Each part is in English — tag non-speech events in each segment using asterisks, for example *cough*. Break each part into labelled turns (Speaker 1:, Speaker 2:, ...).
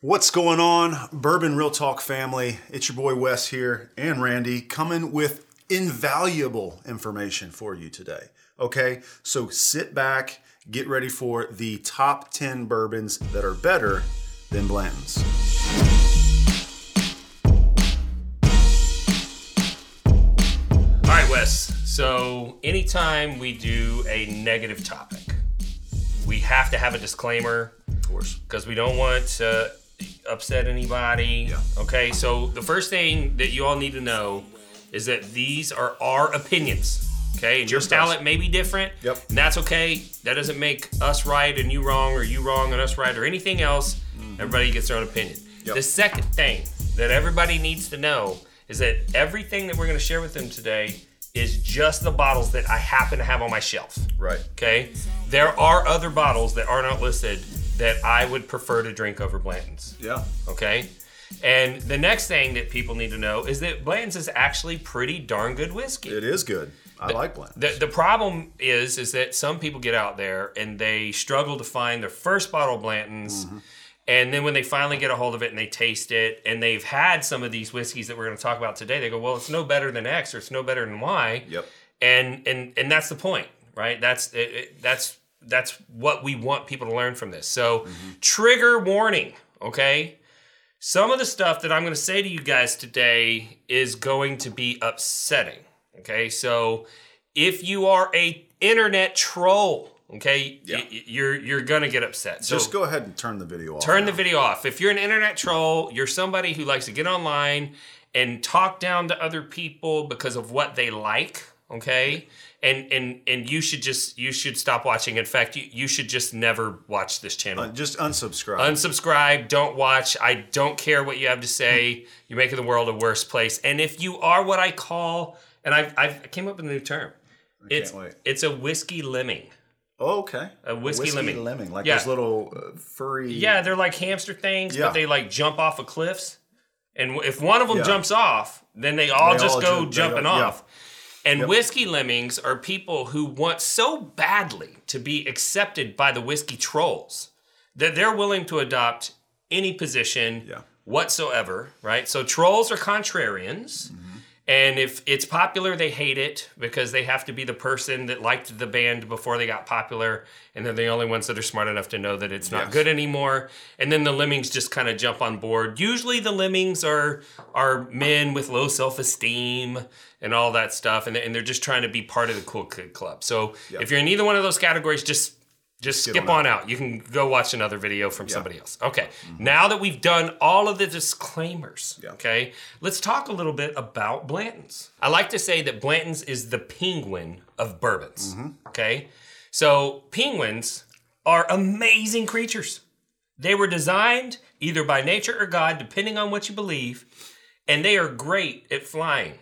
Speaker 1: What's going on, Bourbon Real Talk family? It's your boy Wes here and Randy coming with invaluable information for you today. Okay, so sit back, get ready for the top 10 bourbons that are better than Blanton's.
Speaker 2: All right, Wes. So anytime we do a negative topic, we have to have a disclaimer
Speaker 1: Of course.
Speaker 2: because we don't want to upset anybody.
Speaker 1: Yeah.
Speaker 2: Okay, so the first thing that you all need to know is that these are our opinions. Okay, and your
Speaker 1: Just
Speaker 2: style
Speaker 1: us.
Speaker 2: it may be different.
Speaker 1: Yep.
Speaker 2: And that's okay. That doesn't make us right and you wrong, or you wrong and us right, or anything else. Everybody gets their own opinion.
Speaker 1: Mm-hmm. Yep.
Speaker 2: The second thing that everybody needs to know is that everything that we're going to share with them today is just the bottles that I happen to have on my shelf.
Speaker 1: Right.
Speaker 2: Okay. There are other bottles that are not listed that I would prefer to drink over Blanton's.
Speaker 1: Yeah.
Speaker 2: Okay. And the next thing that people need to know is that Blanton's is actually pretty darn good whiskey.
Speaker 1: It is good. I like Blanton's.
Speaker 2: The, the problem is is that some people get out there and they struggle to find their first bottle of Blanton's. And then when they finally get a hold of it and they taste it and they've had some of these whiskeys that we're going to talk about today, they go, "Well, it's no better than X or it's no better than Y."
Speaker 1: Yep.
Speaker 2: and and and that's the point right that's it, it, that's that's what we want people to learn from this so trigger warning okay some of the stuff that i'm going to say to you guys today is going to be upsetting okay so if you are a internet troll okay
Speaker 1: Yeah.
Speaker 2: y- y- you're you're going to get upset so
Speaker 1: Just go ahead and turn the video off.
Speaker 2: turn
Speaker 1: now.
Speaker 2: the video off if you're an internet troll you're somebody who likes to get online and talk down to other people because of what they like okay and and and you should just you should stop watching in fact you, you should just never watch this channel
Speaker 1: Uh, Just unsubscribe.
Speaker 2: unsubscribe don't watch i don't care what you have to say you're making the world a worse place and if you are what i call and i've, I've I came up with a new term it's
Speaker 1: wait.
Speaker 2: it's a whiskey lemming
Speaker 1: oh, okay.
Speaker 2: A whiskey lemming.
Speaker 1: Like
Speaker 2: Yeah.
Speaker 1: those little uh, furry.
Speaker 2: Yeah, they're like hamster things,
Speaker 1: Yeah.
Speaker 2: but they like jump off of cliffs. And w- if one of them
Speaker 1: Yeah.
Speaker 2: jumps off, then they all
Speaker 1: They
Speaker 2: just
Speaker 1: all
Speaker 2: go
Speaker 1: jump- they
Speaker 2: jumping
Speaker 1: all- yeah.
Speaker 2: off. And whiskey lemmings are people who want so badly to be accepted by the whiskey trolls that they're willing to adopt any position
Speaker 1: Yeah.
Speaker 2: whatsoever, right? So trolls are contrarians.
Speaker 1: Mm-hmm.
Speaker 2: And if it's popular, they hate it because they have to be the person that liked the band before they got popular. And they're the only ones that are smart enough to know that it's not
Speaker 1: Yes.
Speaker 2: good anymore. And then the lemmings just kind of jump on board. Usually the lemmings are are men with low self-esteem and all that stuff. And, they- and they're just trying to be part of the cool kid club. So if you're in either one of those categories, just just
Speaker 1: Get
Speaker 2: skip
Speaker 1: on
Speaker 2: on out. You can go watch another video from somebody else. Okay. Now that we've done all of the disclaimers,
Speaker 1: Yeah.
Speaker 2: okay, let's talk a little bit about Blanton's. I like to say that Blanton's is the penguin of bourbons. Okay. So penguins are amazing creatures. They were designed either by nature or God, depending on what you believe, and they are great at flying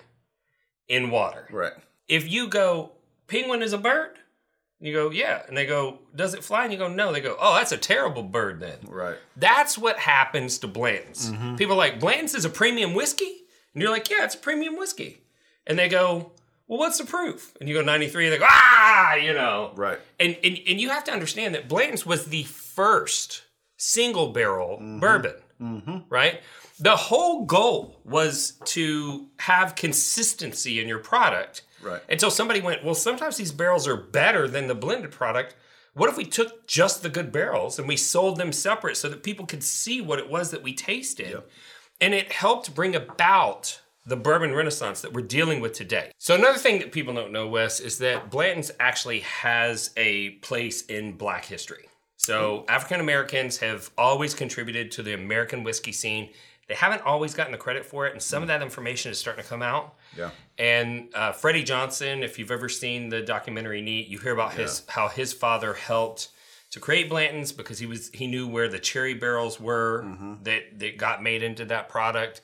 Speaker 2: in water
Speaker 1: Right.
Speaker 2: if you go, penguin is a bird, you go, yeah. And they go, does it fly? And you go, no. They go, oh, that's a terrible bird then.
Speaker 1: Right.
Speaker 2: That's what happens to Blanton's. People are like, Blanton's is a premium whiskey? And you're like, yeah, it's a premium whiskey. And they go, well, what's the proof? And you go 93, and they go, ah, you know.
Speaker 1: Right.
Speaker 2: And, and, and you have to understand that Blanton's was the first single barrel bourbon, right? The whole goal was to have consistency in your product.
Speaker 1: Right.
Speaker 2: Until somebody went, well, sometimes these barrels are better than the blended product. What if we took just the good barrels and we sold them separate so that people could see what it was that we tasted? And it helped bring about the bourbon renaissance that we're dealing with today. So, another thing that people don't know, Wes, is that Blanton's actually has a place in black history. So, African Americans have always contributed to the American whiskey scene. They haven't always gotten the credit for it, and some of that information is starting to come out.
Speaker 1: Yeah.
Speaker 2: And uh, Freddie Johnson, if you've ever seen the documentary Neat, you hear about his how his father helped to create Blanton's because he was he knew where the cherry barrels were
Speaker 1: Mm-hmm.
Speaker 2: that that got made into that product.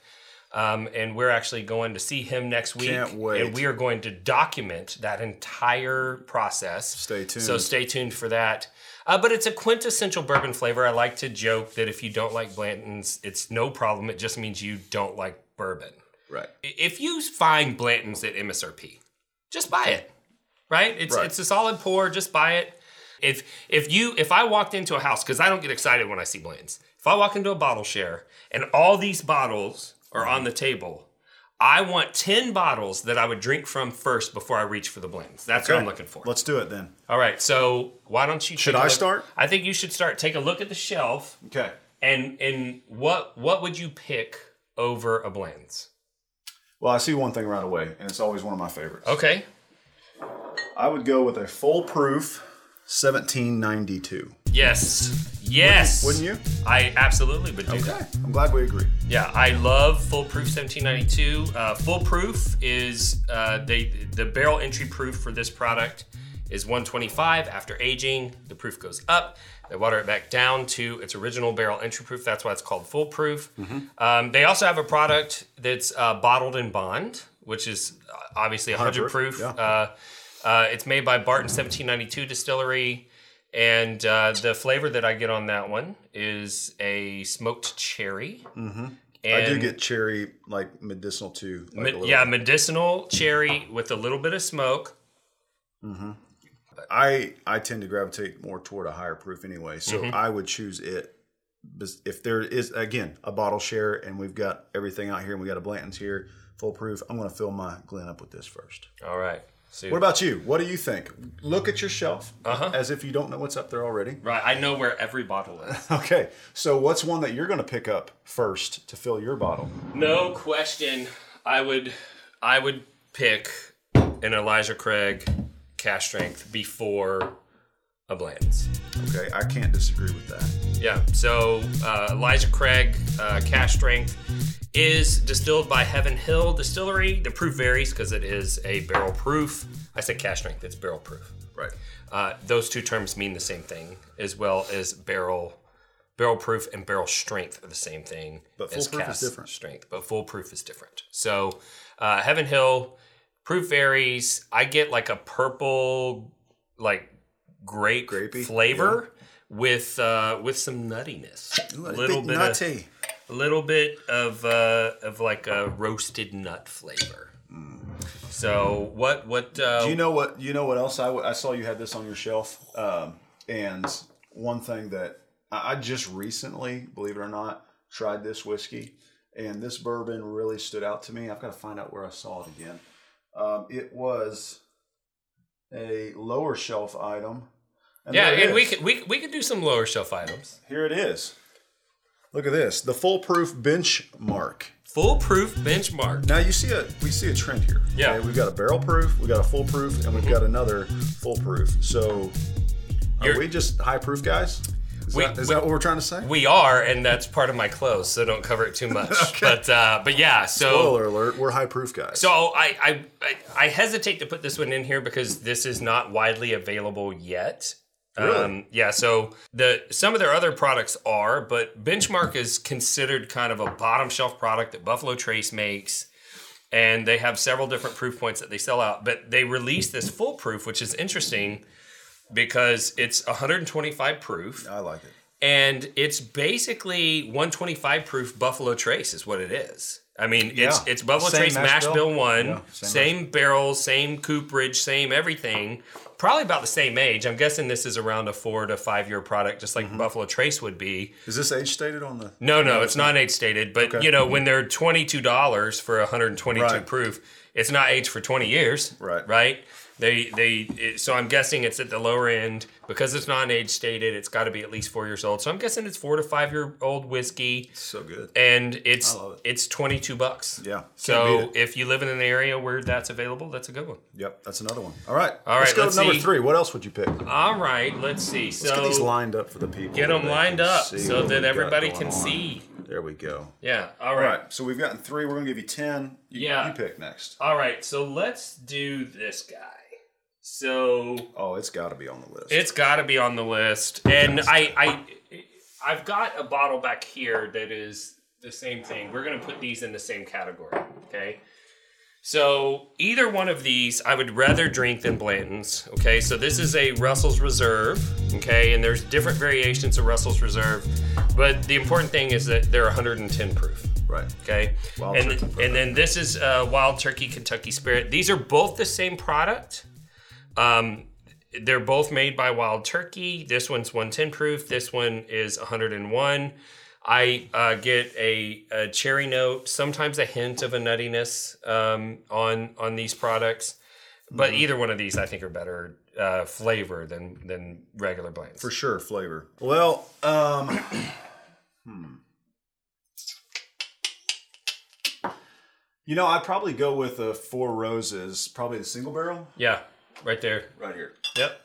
Speaker 2: Um, and we're actually going to see him next week,
Speaker 1: Can't wait.
Speaker 2: and we are going to document that entire process.
Speaker 1: Stay tuned.
Speaker 2: So stay tuned for that. Uh, but it's a quintessential bourbon flavor. I like to joke that if you don't like Blanton's, it's no problem. It just means you don't like bourbon
Speaker 1: Right.
Speaker 2: if you find Blanton's at MSRP, just buy it. Right? It's
Speaker 1: Right.
Speaker 2: it's a solid pour, just buy it. If if you if I walked into a house, because I don't get excited when I see Blanton's. If I walk into a bottle share and all these bottles are on the table, I want 10 bottles that I would drink from first before I reach for the blends. That's what I'm looking for.
Speaker 1: Let's do it then.
Speaker 2: All right, so why don't you
Speaker 1: Should
Speaker 2: take
Speaker 1: I
Speaker 2: a look-
Speaker 1: start?
Speaker 2: I think you should start. Take a look at the shelf
Speaker 1: Okay.
Speaker 2: and and what what would you pick over a blends?
Speaker 1: Well, I see one thing right away, and it's always one of my favorites.
Speaker 2: Okay.
Speaker 1: I would go with a foolproof 1792.
Speaker 2: Yes. Yes.
Speaker 1: Wouldn't you?
Speaker 2: I absolutely would do that.
Speaker 1: I'm glad we agree.
Speaker 2: Yeah, I love Foolproof 1792. Uh, Foolproof is uh, they the barrel entry proof for this product is 125. After aging, the proof goes up. They water it back down to its original barrel entry proof. That's why it's called foolproof.
Speaker 1: Mm-hmm.
Speaker 2: Um, they also have a product that's uh, bottled in bond, which is uh, obviously 100 proof.
Speaker 1: yeah.
Speaker 2: Uh, uh, it's made by Barton 1792 Distillery. And uh, the flavor that I get on that one is a smoked cherry.
Speaker 1: Mm-hmm. I do
Speaker 2: And-
Speaker 1: get cherry, like medicinal too. Like a
Speaker 2: Me-
Speaker 1: little-
Speaker 2: yeah, medicinal cherry with a little bit of smoke.
Speaker 1: I I tend to gravitate more toward a higher proof anyway, so
Speaker 2: Mm-hmm.
Speaker 1: I would choose it. Bes- If there is again a bottle share, and we've got everything out here, and we got a Blanton's here, full proof. I'm going to fill my Glen up with this first.
Speaker 2: All right. So,
Speaker 1: What about you? What do you think? Look at your shelf
Speaker 2: Uh-huh.
Speaker 1: as if you don't know what's up there already.
Speaker 2: right, I know where every bottle is. *laughs*
Speaker 1: Okay, so what's one that you're going to pick up first to fill your bottle?
Speaker 2: no question. I would, I would pick an Elijah Craig cash strength before a Blanton's.
Speaker 1: Okay, I can't disagree with that.
Speaker 2: Yeah. So uh, Elijah Craig uh, cash strength is distilled by Heaven Hill Distillery. The proof varies because it is a barrel proof. I said cash strength. It's barrel proof.
Speaker 1: Right.
Speaker 2: Uh, those two terms mean the same thing, as well as barrel barrel proof and barrel strength are the same thing.
Speaker 1: But
Speaker 2: as
Speaker 1: foolproof is
Speaker 2: cast
Speaker 1: different.
Speaker 2: Strength, but foolproof is different. So uh, Heaven Hill proof varies. I get like a purple, like grape
Speaker 1: Grapey,
Speaker 2: flavor with uh, with some nuttiness, a little bit, of,
Speaker 1: nutty.
Speaker 2: a little bit of uh, of like a roasted nut flavor. So what what uh,
Speaker 1: Mm. Do you know what? You know what else? I, w- I saw you had this on your shelf, um, and one thing that I, I just recently, believe it or not, tried this whiskey, and this bourbon really stood out to me. I've got to find out where I saw it again. Um, it was a lower shelf item. And
Speaker 2: Yeah,
Speaker 1: there it
Speaker 2: and we
Speaker 1: is.
Speaker 2: could we, we could do some lower shelf items.
Speaker 1: Here it is. Look at this, the foolproof benchmark.
Speaker 2: Foolproof benchmark.
Speaker 1: Now you see a we see a trend here.
Speaker 2: Yeah. Mm-hmm.
Speaker 1: we've got a barrel proof, we've got a full proof, and we've got another full proof. So are
Speaker 2: You're-
Speaker 1: we just high proof guys? Is,
Speaker 2: We-
Speaker 1: that, is
Speaker 2: we-
Speaker 1: that what we're trying to say?
Speaker 2: We are, and that's part of my clothes, so don't cover it
Speaker 1: *laughs*
Speaker 2: too much. But uh, but yeah, so
Speaker 1: Spoiler alert, we're high proof guys.
Speaker 2: so I, I I I hesitate to put this one in here because this is not widely available yet. Um,
Speaker 1: Really?
Speaker 2: yeah, so the some of their other products are, but Benchmark is considered kind of a bottom shelf product that Buffalo Trace makes. and they have several different proof points that they sell out. But they released this full proof, which is interesting because it's 125 proof
Speaker 1: I like it.
Speaker 2: and it's basically 125 proof Buffalo Trace is what it is. I mean, it's
Speaker 1: Yeah.
Speaker 2: it's Buffalo
Speaker 1: Same
Speaker 2: Trace
Speaker 1: mash
Speaker 2: mash
Speaker 1: bill?
Speaker 2: bill one,
Speaker 1: Yeah, same
Speaker 2: same, barrel, same cooperage, same everything. Probably about the same age. I'm guessing this is around a four to five year product, just like
Speaker 1: Mm-hmm.
Speaker 2: Buffalo Trace would be.
Speaker 1: Is this age stated on the
Speaker 2: No, no, it's not age stated, but you know, when they're twenty two dollars for hundred and twenty two
Speaker 1: Mm-hmm. Right.
Speaker 2: proof, it's not aged for twenty years.
Speaker 1: Right.
Speaker 2: Right. They they it, so I'm guessing it's at the lower end because it's not age stated. It's got to be at least four years old. So I'm guessing it's four to five year old whiskey,
Speaker 1: so good?
Speaker 2: and it's
Speaker 1: love it.
Speaker 2: it's twenty two bucks.
Speaker 1: Yeah, can't
Speaker 2: So
Speaker 1: beat
Speaker 2: if you live in an area where that's available, that's a good one.
Speaker 1: Yep, that's another one. All right.
Speaker 2: All
Speaker 1: Let's
Speaker 2: right,
Speaker 1: go
Speaker 2: let's
Speaker 1: to number
Speaker 2: see.
Speaker 1: three. What else would you pick? Let's
Speaker 2: All right, let's see. So
Speaker 1: get these lined up for the people.
Speaker 2: get
Speaker 1: so
Speaker 2: them
Speaker 1: they
Speaker 2: lined
Speaker 1: can
Speaker 2: up
Speaker 1: see
Speaker 2: so
Speaker 1: what we've
Speaker 2: that
Speaker 1: got
Speaker 2: everybody
Speaker 1: going
Speaker 2: can
Speaker 1: on.
Speaker 2: see.
Speaker 1: There we go.
Speaker 2: Yeah.
Speaker 1: All right, so we've gotten three. We're gonna give you ten. You,
Speaker 2: Yeah.
Speaker 1: you pick next.
Speaker 2: All right, so let's do this guy. So
Speaker 1: Oh, it's got to be on the list.
Speaker 2: it's got to be on the list, and I, I, I've got a bottle back here that is the same thing. We're gonna put these in the same category, okay? So either one of these, I would rather drink than Blanton's. Okay, so this is a Russell's Reserve. Okay, and there's different variations of Russell's Reserve, but the important thing is that they're 110 proof.
Speaker 1: right.
Speaker 2: Okay.
Speaker 1: Wild
Speaker 2: and,
Speaker 1: Turkey product.
Speaker 2: and then this is uh, Wild Turkey Kentucky Spirit. These are both the same product. Um, they're both made by Wild Turkey. This one's 110 proof. This one is 101. I uh, get a, a cherry note, sometimes a hint of a nuttiness um, on on these products. But
Speaker 1: Mm-hmm.
Speaker 2: either one of these, I think, are better uh, flavor than than regular blends.
Speaker 1: For sure, flavor. Well, um, *clears throat* hmm. You know, I'd probably go with a Four Roses, probably the single barrel.
Speaker 2: Yeah, right there.
Speaker 1: Right here.
Speaker 2: Yep.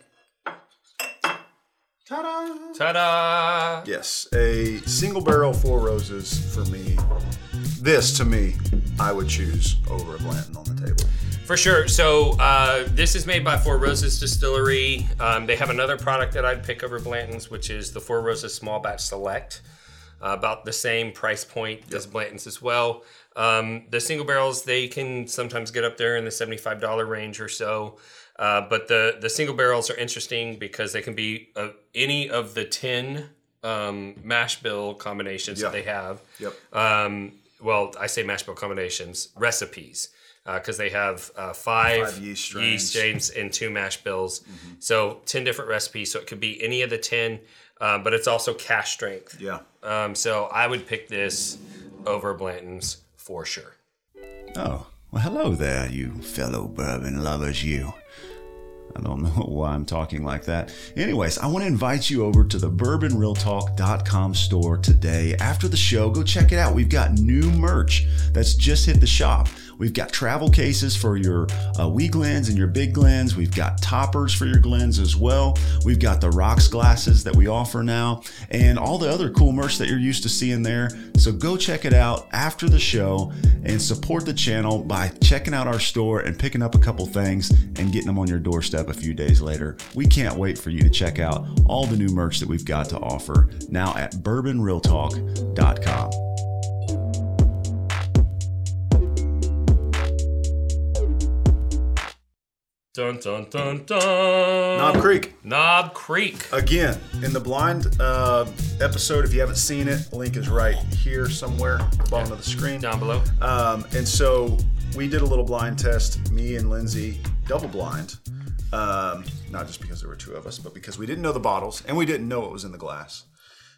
Speaker 1: Ta-da!
Speaker 2: Ta-da!
Speaker 1: Yes, a single barrel Four Roses for me. This, to me, I would choose over a Blanton on the table.
Speaker 2: For sure. So uh, this is made by Four Roses Distillery. Um, they have another product that I'd pick over Blanton's, which is the Four Roses Small Batch Select, uh, about the same price point as Blanton's as well. Um, the single barrels they can sometimes get up there in the seventy-five dollar range or so. Uh, but the, the single barrels are interesting because they can be uh, any of the 10 um, mash bill combinations that
Speaker 1: Yeah.
Speaker 2: they have
Speaker 1: Yep.
Speaker 2: um, well, I say mash bill combinations, recipes, because they have uh, five,
Speaker 1: Five yeast strains. Mm-hmm.
Speaker 2: yeast strains and two mash bills. So 10 different recipes. So it could be any of the 10, uh, but it's also cash strength.
Speaker 1: Yeah.
Speaker 2: Um, so I would pick this over Blanton's for sure.
Speaker 3: Oh, well, hello there, you fellow bourbon lovers, you. I don't *laughs* know why I'm talking like that. Anyways, I want to invite you over to the bourbonrealtalk.com store today. After the show, go check it out. We've got new merch that's just hit the shop. We've got travel cases for your uh, wee glens and your big glens. We've got toppers for your glens as well. We've got the rocks glasses that we offer now and all the other cool merch that you're used to seeing there. So go check it out after the show and support the channel by checking out our store and picking up a couple things and getting them on your doorstep a few days later. We can't wait for you to check out all the new merch that we've got to offer now at bourbonrealtalk.com.
Speaker 2: Dun, dun, dun, dun.
Speaker 1: Knob Creek.
Speaker 2: Knob Creek.
Speaker 1: Again, in the blind uh, episode, if you haven't seen it, link is right here somewhere, bottom of the screen.
Speaker 2: Down below.
Speaker 1: Um, and so we did a little blind test, me and Lindsay, double blind. Um, not just because there were two of us, but because we didn't know the bottles and we didn't know what was in the glass.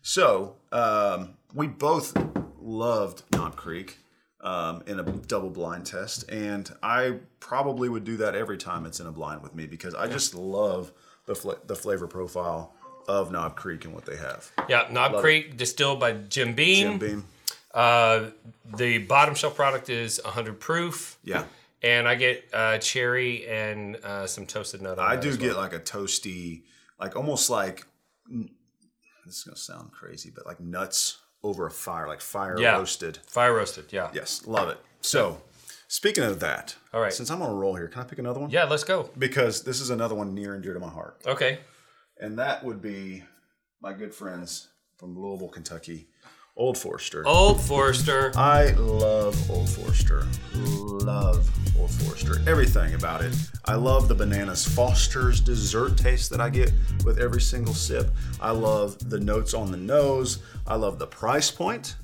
Speaker 1: So um, we both loved Knob Creek um, in a double blind test. And I probably would do that every time it's in a blind with me because I just love the, fla- the flavor profile of Knob Creek and what they have.
Speaker 2: Yeah, Knob Creek, distilled by Jim Beam.
Speaker 1: Jim Beam.
Speaker 2: Uh, the bottom shelf product is 100 proof.
Speaker 1: Yeah.
Speaker 2: And I get uh, cherry and uh, some toasted nut. On
Speaker 1: I
Speaker 2: that
Speaker 1: do
Speaker 2: as
Speaker 1: get like a toasty, like almost like this is gonna sound crazy, but like nuts over a fire, like fire
Speaker 2: Yeah.
Speaker 1: roasted.
Speaker 2: well. fire roasted. Yeah. yeah.
Speaker 1: Yes, love it. So, speaking of that,
Speaker 2: All right.
Speaker 1: since I'm on a roll here, can I pick another one?
Speaker 2: let's go.
Speaker 1: Because this is another one near and dear to my heart,
Speaker 2: Okay.
Speaker 1: and that would be my good friends from Louisville, Kentucky, Old Forester.
Speaker 2: Old Forester.
Speaker 1: I love Old Forester. Love Old Forester. Everything about it. I love the bananas Foster's dessert taste that I get with every single sip. I love the notes on the nose. I love the price point.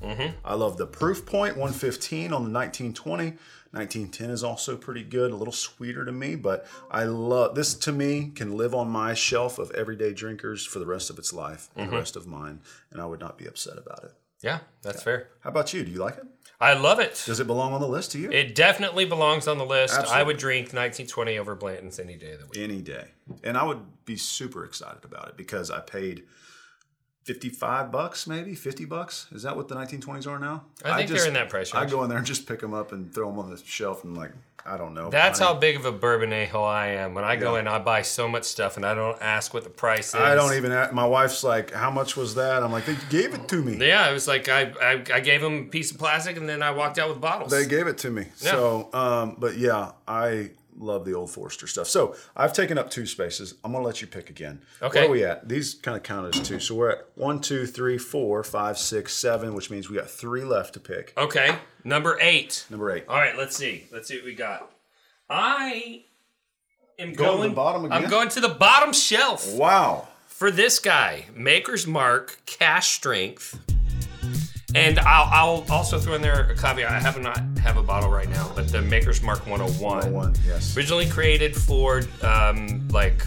Speaker 1: I love the proof point 115 on the 1920. 1910 is also pretty good, a little sweeter to me, but I love this to me can live on my shelf of everyday drinkers for the rest of its life and the rest of mine, and I would not be upset about it.
Speaker 2: Yeah, that's fair.
Speaker 1: How about you? Do you like it?
Speaker 2: I love it.
Speaker 1: Does it belong on the list to you?
Speaker 2: It definitely belongs on the list. I
Speaker 1: Absolutely.
Speaker 2: would drink 1920 over Blanton's any day of the week.
Speaker 1: Any day. And I would be super excited about it because I paid 55 bucks, maybe 50 bucks. Is that what the 1920s are now?
Speaker 2: I think they're in that price
Speaker 1: I
Speaker 2: range.
Speaker 1: go in there and just pick them up and throw them on the shelf and, like, I don't know.
Speaker 2: That's
Speaker 1: honey.
Speaker 2: how big of a bourbon a hole I am. When I go in, I buy so much stuff and I don't ask what the price is.
Speaker 1: I don't even. a- My wife's like, "How much was that?" I'm like, "They gave it to me. They,
Speaker 2: Yeah, it was like I, I, I gave him a piece of plastic and then I walked out with bottles.
Speaker 1: gave it to me." So, um, but yeah, I love the old Forster stuff. So I've taken up two spaces. I'm gonna let you pick again.
Speaker 2: Okay.
Speaker 1: Where are we at? These kind of count as two. So we're at one, two, three, four, five, six, seven, which means we got three left to pick.
Speaker 2: okay, number eight.
Speaker 1: Number eight.
Speaker 2: All right, let's see. Let's see what we got. I am
Speaker 1: Going
Speaker 2: going,
Speaker 1: to the bottom
Speaker 2: I'm
Speaker 1: again?
Speaker 2: going to the bottom shelf
Speaker 1: Wow.
Speaker 2: for this guy. Maker's Mark, Cash Strength. And I'll, I'll also throw in there a caveat. I have not have a bottle right now, but the Maker's Mark 101.
Speaker 1: One, yes.
Speaker 2: Originally created for um, like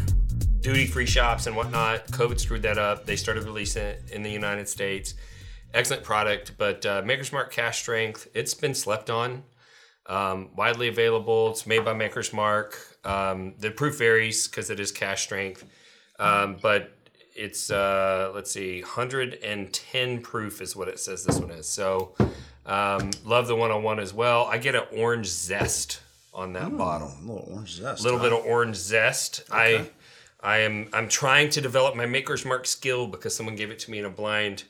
Speaker 2: duty free shops and whatnot. COVID screwed that up. They started releasing it in the United States. excellent product, but uh, Maker's Mark Cash Strength, it's been slept on. Um, widely available. It's made by Maker's Mark. Um, the proof varies because it is cash strength, um, but it's uh, let's see, 110 proof is what it says this one is. So um, love the one on one as well. I get an orange zest on that bottle.
Speaker 1: A little orange zest.
Speaker 2: A little bit of orange zest. I I am I'm trying to develop my maker's mark skill because someone gave it to me in a blind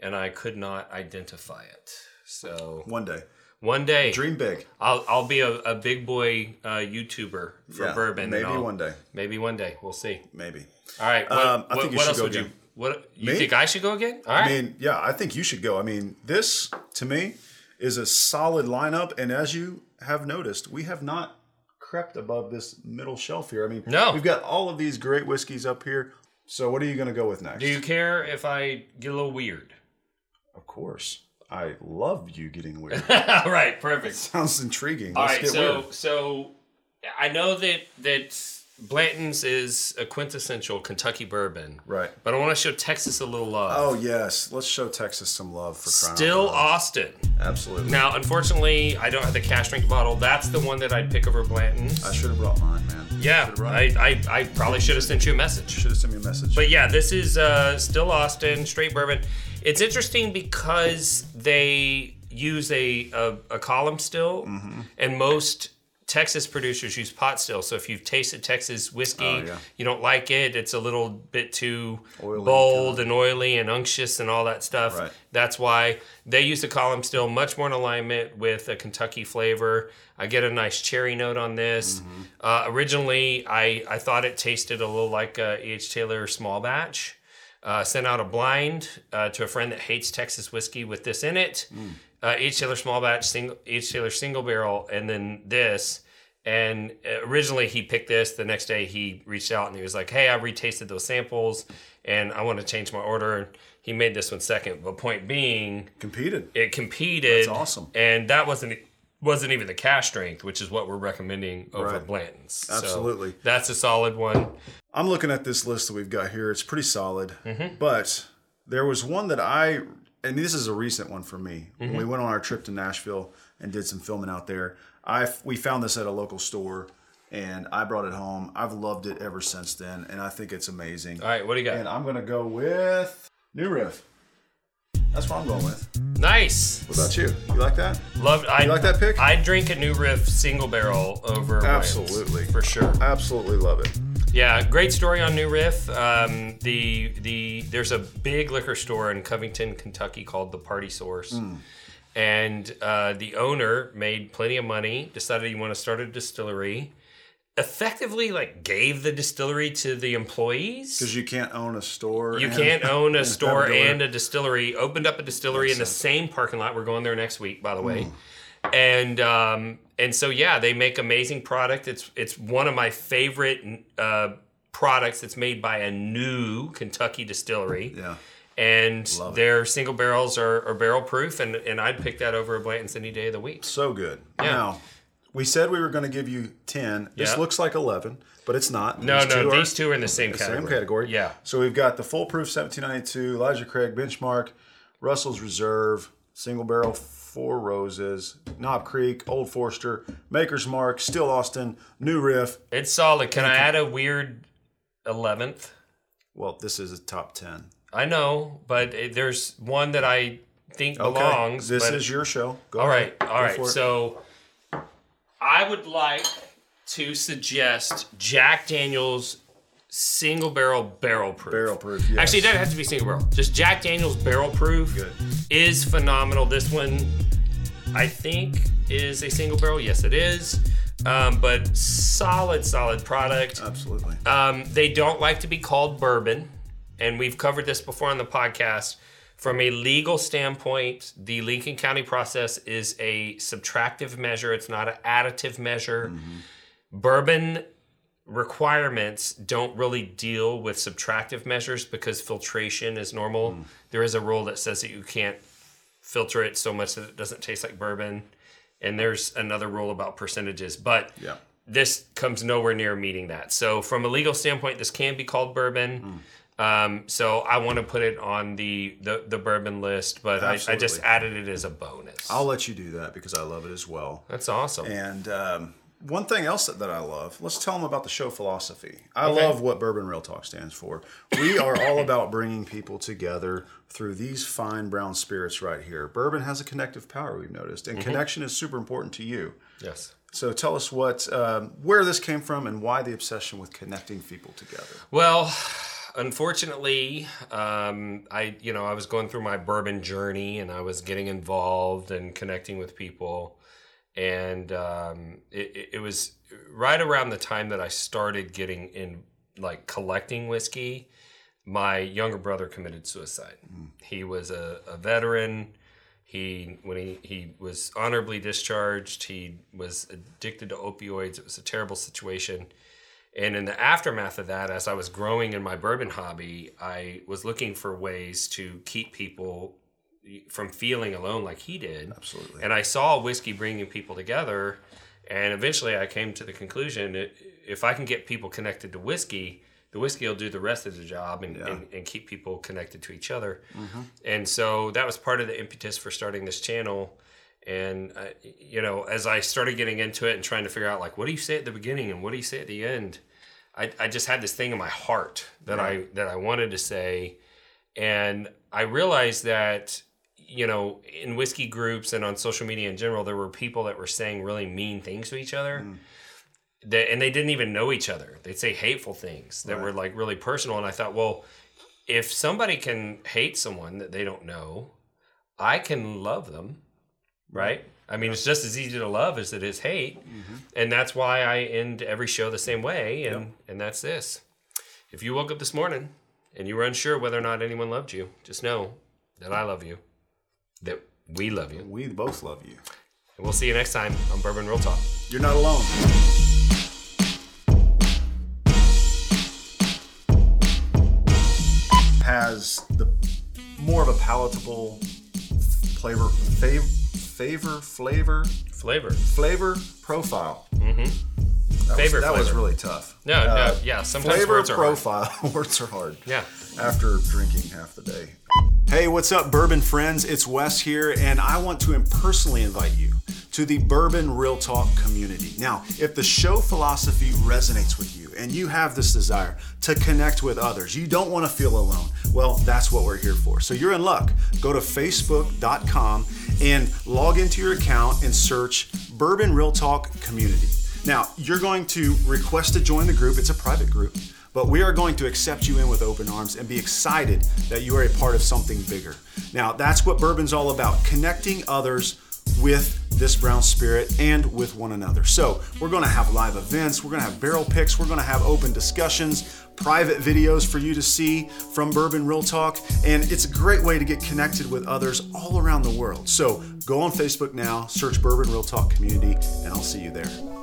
Speaker 2: and I could not identify it. So
Speaker 1: One day.
Speaker 2: one day
Speaker 1: Dream big.
Speaker 2: I'll I'll be a, a big boy uh, YouTuber for
Speaker 1: Yeah,
Speaker 2: bourbon. and
Speaker 1: maybe
Speaker 2: I'll-
Speaker 1: one day.
Speaker 2: Maybe one day. We'll see.
Speaker 1: Maybe.
Speaker 2: All right. What,
Speaker 1: Um, I
Speaker 2: what-
Speaker 1: think you
Speaker 2: what
Speaker 1: should
Speaker 2: else
Speaker 1: go
Speaker 2: would you
Speaker 1: again.
Speaker 2: what you
Speaker 1: Me?
Speaker 2: think I should go again? All right.
Speaker 1: I mean, yeah, I think you should go. I mean, this to me is a solid lineup, and as you have noticed, we have not crept above this middle shelf here. I mean,
Speaker 2: No.
Speaker 1: we've got all of these great whiskeys up here. So, what are you going to go with next?
Speaker 2: Do you care if I get a little weird? *laughs*
Speaker 1: of course, I love you getting weird. *laughs*
Speaker 2: All right, perfect.
Speaker 1: Sounds intriguing.
Speaker 2: All
Speaker 1: Let's
Speaker 2: right,
Speaker 1: get
Speaker 2: so
Speaker 1: weird.
Speaker 2: so I know that that Blanton's is a quintessential Kentucky bourbon,
Speaker 1: Right.
Speaker 2: But I want to show Texas a little love.
Speaker 1: Oh yes, let's show Texas some love for crying out
Speaker 2: Still
Speaker 1: loud.
Speaker 2: Austin.
Speaker 1: absolutely.
Speaker 2: Now, unfortunately, I don't have the cash drink bottle. That's the one that I'd pick over Blanton's.
Speaker 1: I should have brought mine, man.
Speaker 2: Yeah, I, I, I probably should have sent you a message.
Speaker 1: Should have sent me a message.
Speaker 2: But yeah, this is uh, still Austin, straight bourbon. It's interesting because they use a, a, a column still,
Speaker 1: Mm-hmm.
Speaker 2: and most Texas producers use pot still. So if you've tasted Texas whiskey,
Speaker 1: Oh, yeah.
Speaker 2: you don't like it, it's a little bit too
Speaker 1: Oily,
Speaker 2: bold and oily and unctuous and all that stuff.
Speaker 1: Right.
Speaker 2: That's why they use the column still much more in alignment with a Kentucky flavor. I get a nice cherry note on this. Uh, originally, I, I thought it tasted a little like a E.H. Taylor small batch. Uh, sent out a blind uh, to a friend that hates Texas whiskey with this in it. Uh, E.H. Taylor small batch, single, E.H. Taylor single barrel, and then this. And uh, originally he picked this. The next day he reached out and he was like, "Hey, I retasted those samples, and I want to change my order." He made this one second, but point being,
Speaker 1: competed.
Speaker 2: it competed.
Speaker 1: That's awesome.
Speaker 2: And that wasn't e, wasn't even the cash strength, which is what we're recommending over
Speaker 1: Right.
Speaker 2: Blanton's. So
Speaker 1: Absolutely.
Speaker 2: that's a solid one.
Speaker 1: I'm looking at this list that we've got here. It's pretty solid,
Speaker 2: Mm-hmm.
Speaker 1: but there was one that I, and this is a recent one for me. When
Speaker 2: Mm-hmm.
Speaker 1: we went on our trip to Nashville and did some filming out there, I we found this at a local store, and I brought it home. I've loved it ever since then, and I think it's amazing.
Speaker 2: All right, what do you got?
Speaker 1: And I'm gonna go with New Riff. That's what I'm going with.
Speaker 2: nice.
Speaker 1: What about you? You like that?
Speaker 2: Loved. I
Speaker 1: like that pick?
Speaker 2: I drink a new riff single barrel over Blanton's,
Speaker 1: Absolutely.
Speaker 2: for sure.
Speaker 1: I absolutely love it.
Speaker 2: Yeah, great story on New Riff. Um, the the there's a big liquor store in Covington, Kentucky called the Party Source, and uh, the owner made plenty of money. Decided he wanted to start a distillery. Effectively, like gave the distillery to the employees.
Speaker 1: Because you can't own a store.
Speaker 2: You
Speaker 1: and- *laughs*
Speaker 2: can't own a store
Speaker 1: distillery.
Speaker 2: and a distillery. Opened up a distillery in the same parking lot. We're going there next week, by the way.
Speaker 1: Hmm.
Speaker 2: And um, and so yeah, they make amazing product. It's it's one of my favorite uh, products. It's made by a new Kentucky distillery.
Speaker 1: Yeah.
Speaker 2: And
Speaker 1: Love it.
Speaker 2: their single barrels are, are barrel proof, and, and I'd pick that over a Blanton's any day of the week.
Speaker 1: So good. Now, we said we were going to give you 10. This
Speaker 2: Yeah.
Speaker 1: looks like 11, but it's not.
Speaker 2: No,
Speaker 1: These
Speaker 2: no,
Speaker 1: two are
Speaker 2: these two are in the same category.
Speaker 1: Same category.
Speaker 2: Yeah.
Speaker 1: So we've got the foolproof 1792, Elijah Craig benchmark, Russell's Reserve, single barrel Four Roses, Knob Creek, Old Forster, Maker's Mark, Still Austin, New Riff.
Speaker 2: It's solid. Can I add a weird eleventh?
Speaker 1: Well, this is a top 10.
Speaker 2: I know, but it, there's one that I think belongs.
Speaker 1: This
Speaker 2: but-
Speaker 1: is your show. Go
Speaker 2: all right,
Speaker 1: ahead.
Speaker 2: all
Speaker 1: Go
Speaker 2: right.
Speaker 1: for it.
Speaker 2: So I would like to suggest Jack Daniel's single barrel barrel proof.
Speaker 1: barrel proof. Yes.
Speaker 2: Actually, it doesn't have to be single barrel. Just Jack Daniel's barrel proof
Speaker 1: Good.
Speaker 2: is phenomenal. This one, I think, is a single barrel. Yes, it is. Um, but solid, solid product.
Speaker 1: Absolutely.
Speaker 2: Um, they don't like to be called bourbon, and we've covered this before on the podcast. From a legal standpoint, the Lincoln County process is a subtractive measure, it's not an additive measure. Bourbon requirements don't really deal with subtractive measures because filtration is normal. There is a rule that says that you can't filter it so much that it doesn't taste like bourbon. And there's another rule about percentages, but
Speaker 1: Yeah.
Speaker 2: this comes nowhere near meeting that. So, from a legal standpoint, this can be called bourbon. Um, so I want to put it on the the, the bourbon list, but I, I just
Speaker 1: Absolutely.
Speaker 2: added it as a bonus.
Speaker 1: I'll let you do that because I love it as well.
Speaker 2: That's awesome.
Speaker 1: And um, one thing else that, that I love, let's tell them about the show philosophy. I love what Bourbon Real Talk stands for. We are all about bringing people together through these fine brown spirits right here. Bourbon has a connective power, we've noticed, and connection is super important to you.
Speaker 2: yes.
Speaker 1: So tell us what, um, where this came from, and why the obsession with connecting people together.
Speaker 2: Well, unfortunately, um, I you know I was going through my bourbon journey and I was getting involved and connecting with people, and um, it, it- it was right around the time that I started getting in like collecting whiskey. My younger brother committed suicide. He was a, a veteran. He when he, he was honorably discharged, he was addicted to opioids. It was a terrible situation. And in the aftermath of that, as I was growing in my bourbon hobby, I was looking for ways to keep people from feeling alone like he did.
Speaker 1: Absolutely.
Speaker 2: And I saw whiskey bringing people together. And eventually I came to the conclusion that if I can get people connected to whiskey, the whiskey will do the rest of the job and, and, and keep people connected to each other. And so that was part of the impetus for starting this channel. And, uh, you know, as I started getting into it and trying to figure out, like, what do you say at the beginning and what do you say at the end? I, I just had this thing in my heart that I that I wanted to say, and I realized that you know in whiskey groups and on social media in general, there were people that were saying really mean things to each other, that and they didn't even know each other. They'd say hateful things that were like really personal, and I thought, well, if somebody can hate someone that they don't know, I can love them, right? I mean, it's just as easy to love as it is hate, and that's why I end every show the same way, and and that's this. If you woke up this morning and you were unsure whether or not anyone loved you, just know that I love you, that we love you,
Speaker 1: We both love you.
Speaker 2: and we'll see you next time on Bourbon Real Talk.
Speaker 1: You're not alone. Has the more of a palatable flavor, fav, favor, flavor,
Speaker 2: Flavor,
Speaker 1: flavor profile. Mm-hmm. That
Speaker 2: Favor
Speaker 1: was, that was
Speaker 2: flavor.
Speaker 1: really tough.
Speaker 2: No, no, yeah. Sometimes
Speaker 1: Flavor
Speaker 2: words are hard.
Speaker 1: profile. *laughs* words are hard.
Speaker 2: Yeah.
Speaker 1: After drinking half the day. Hey, what's up, bourbon friends? It's Wes here, and I want to personally invite you to the Bourbon Real Talk community. Now, if the show philosophy resonates with you and you have this desire to connect with others, you don't want to feel alone, well, that's what we're here for. So you're in luck. Go to facebook.com and log into your account and search Bourbon Real Talk community. Now, you're going to request to join the group. It's a private group, but we are going to accept you in with open arms and be excited that you are a part of something bigger. Now, that's what bourbon's all about connecting others with this brown spirit and with one another. So, we're going to have live events, we're going to have barrel picks, we're going to have open discussions, private videos for you to see from Bourbon Real Talk, and it's a great way to get connected with others all around the world. So, go on Facebook now, search Bourbon Real Talk Community, and I'll see you there.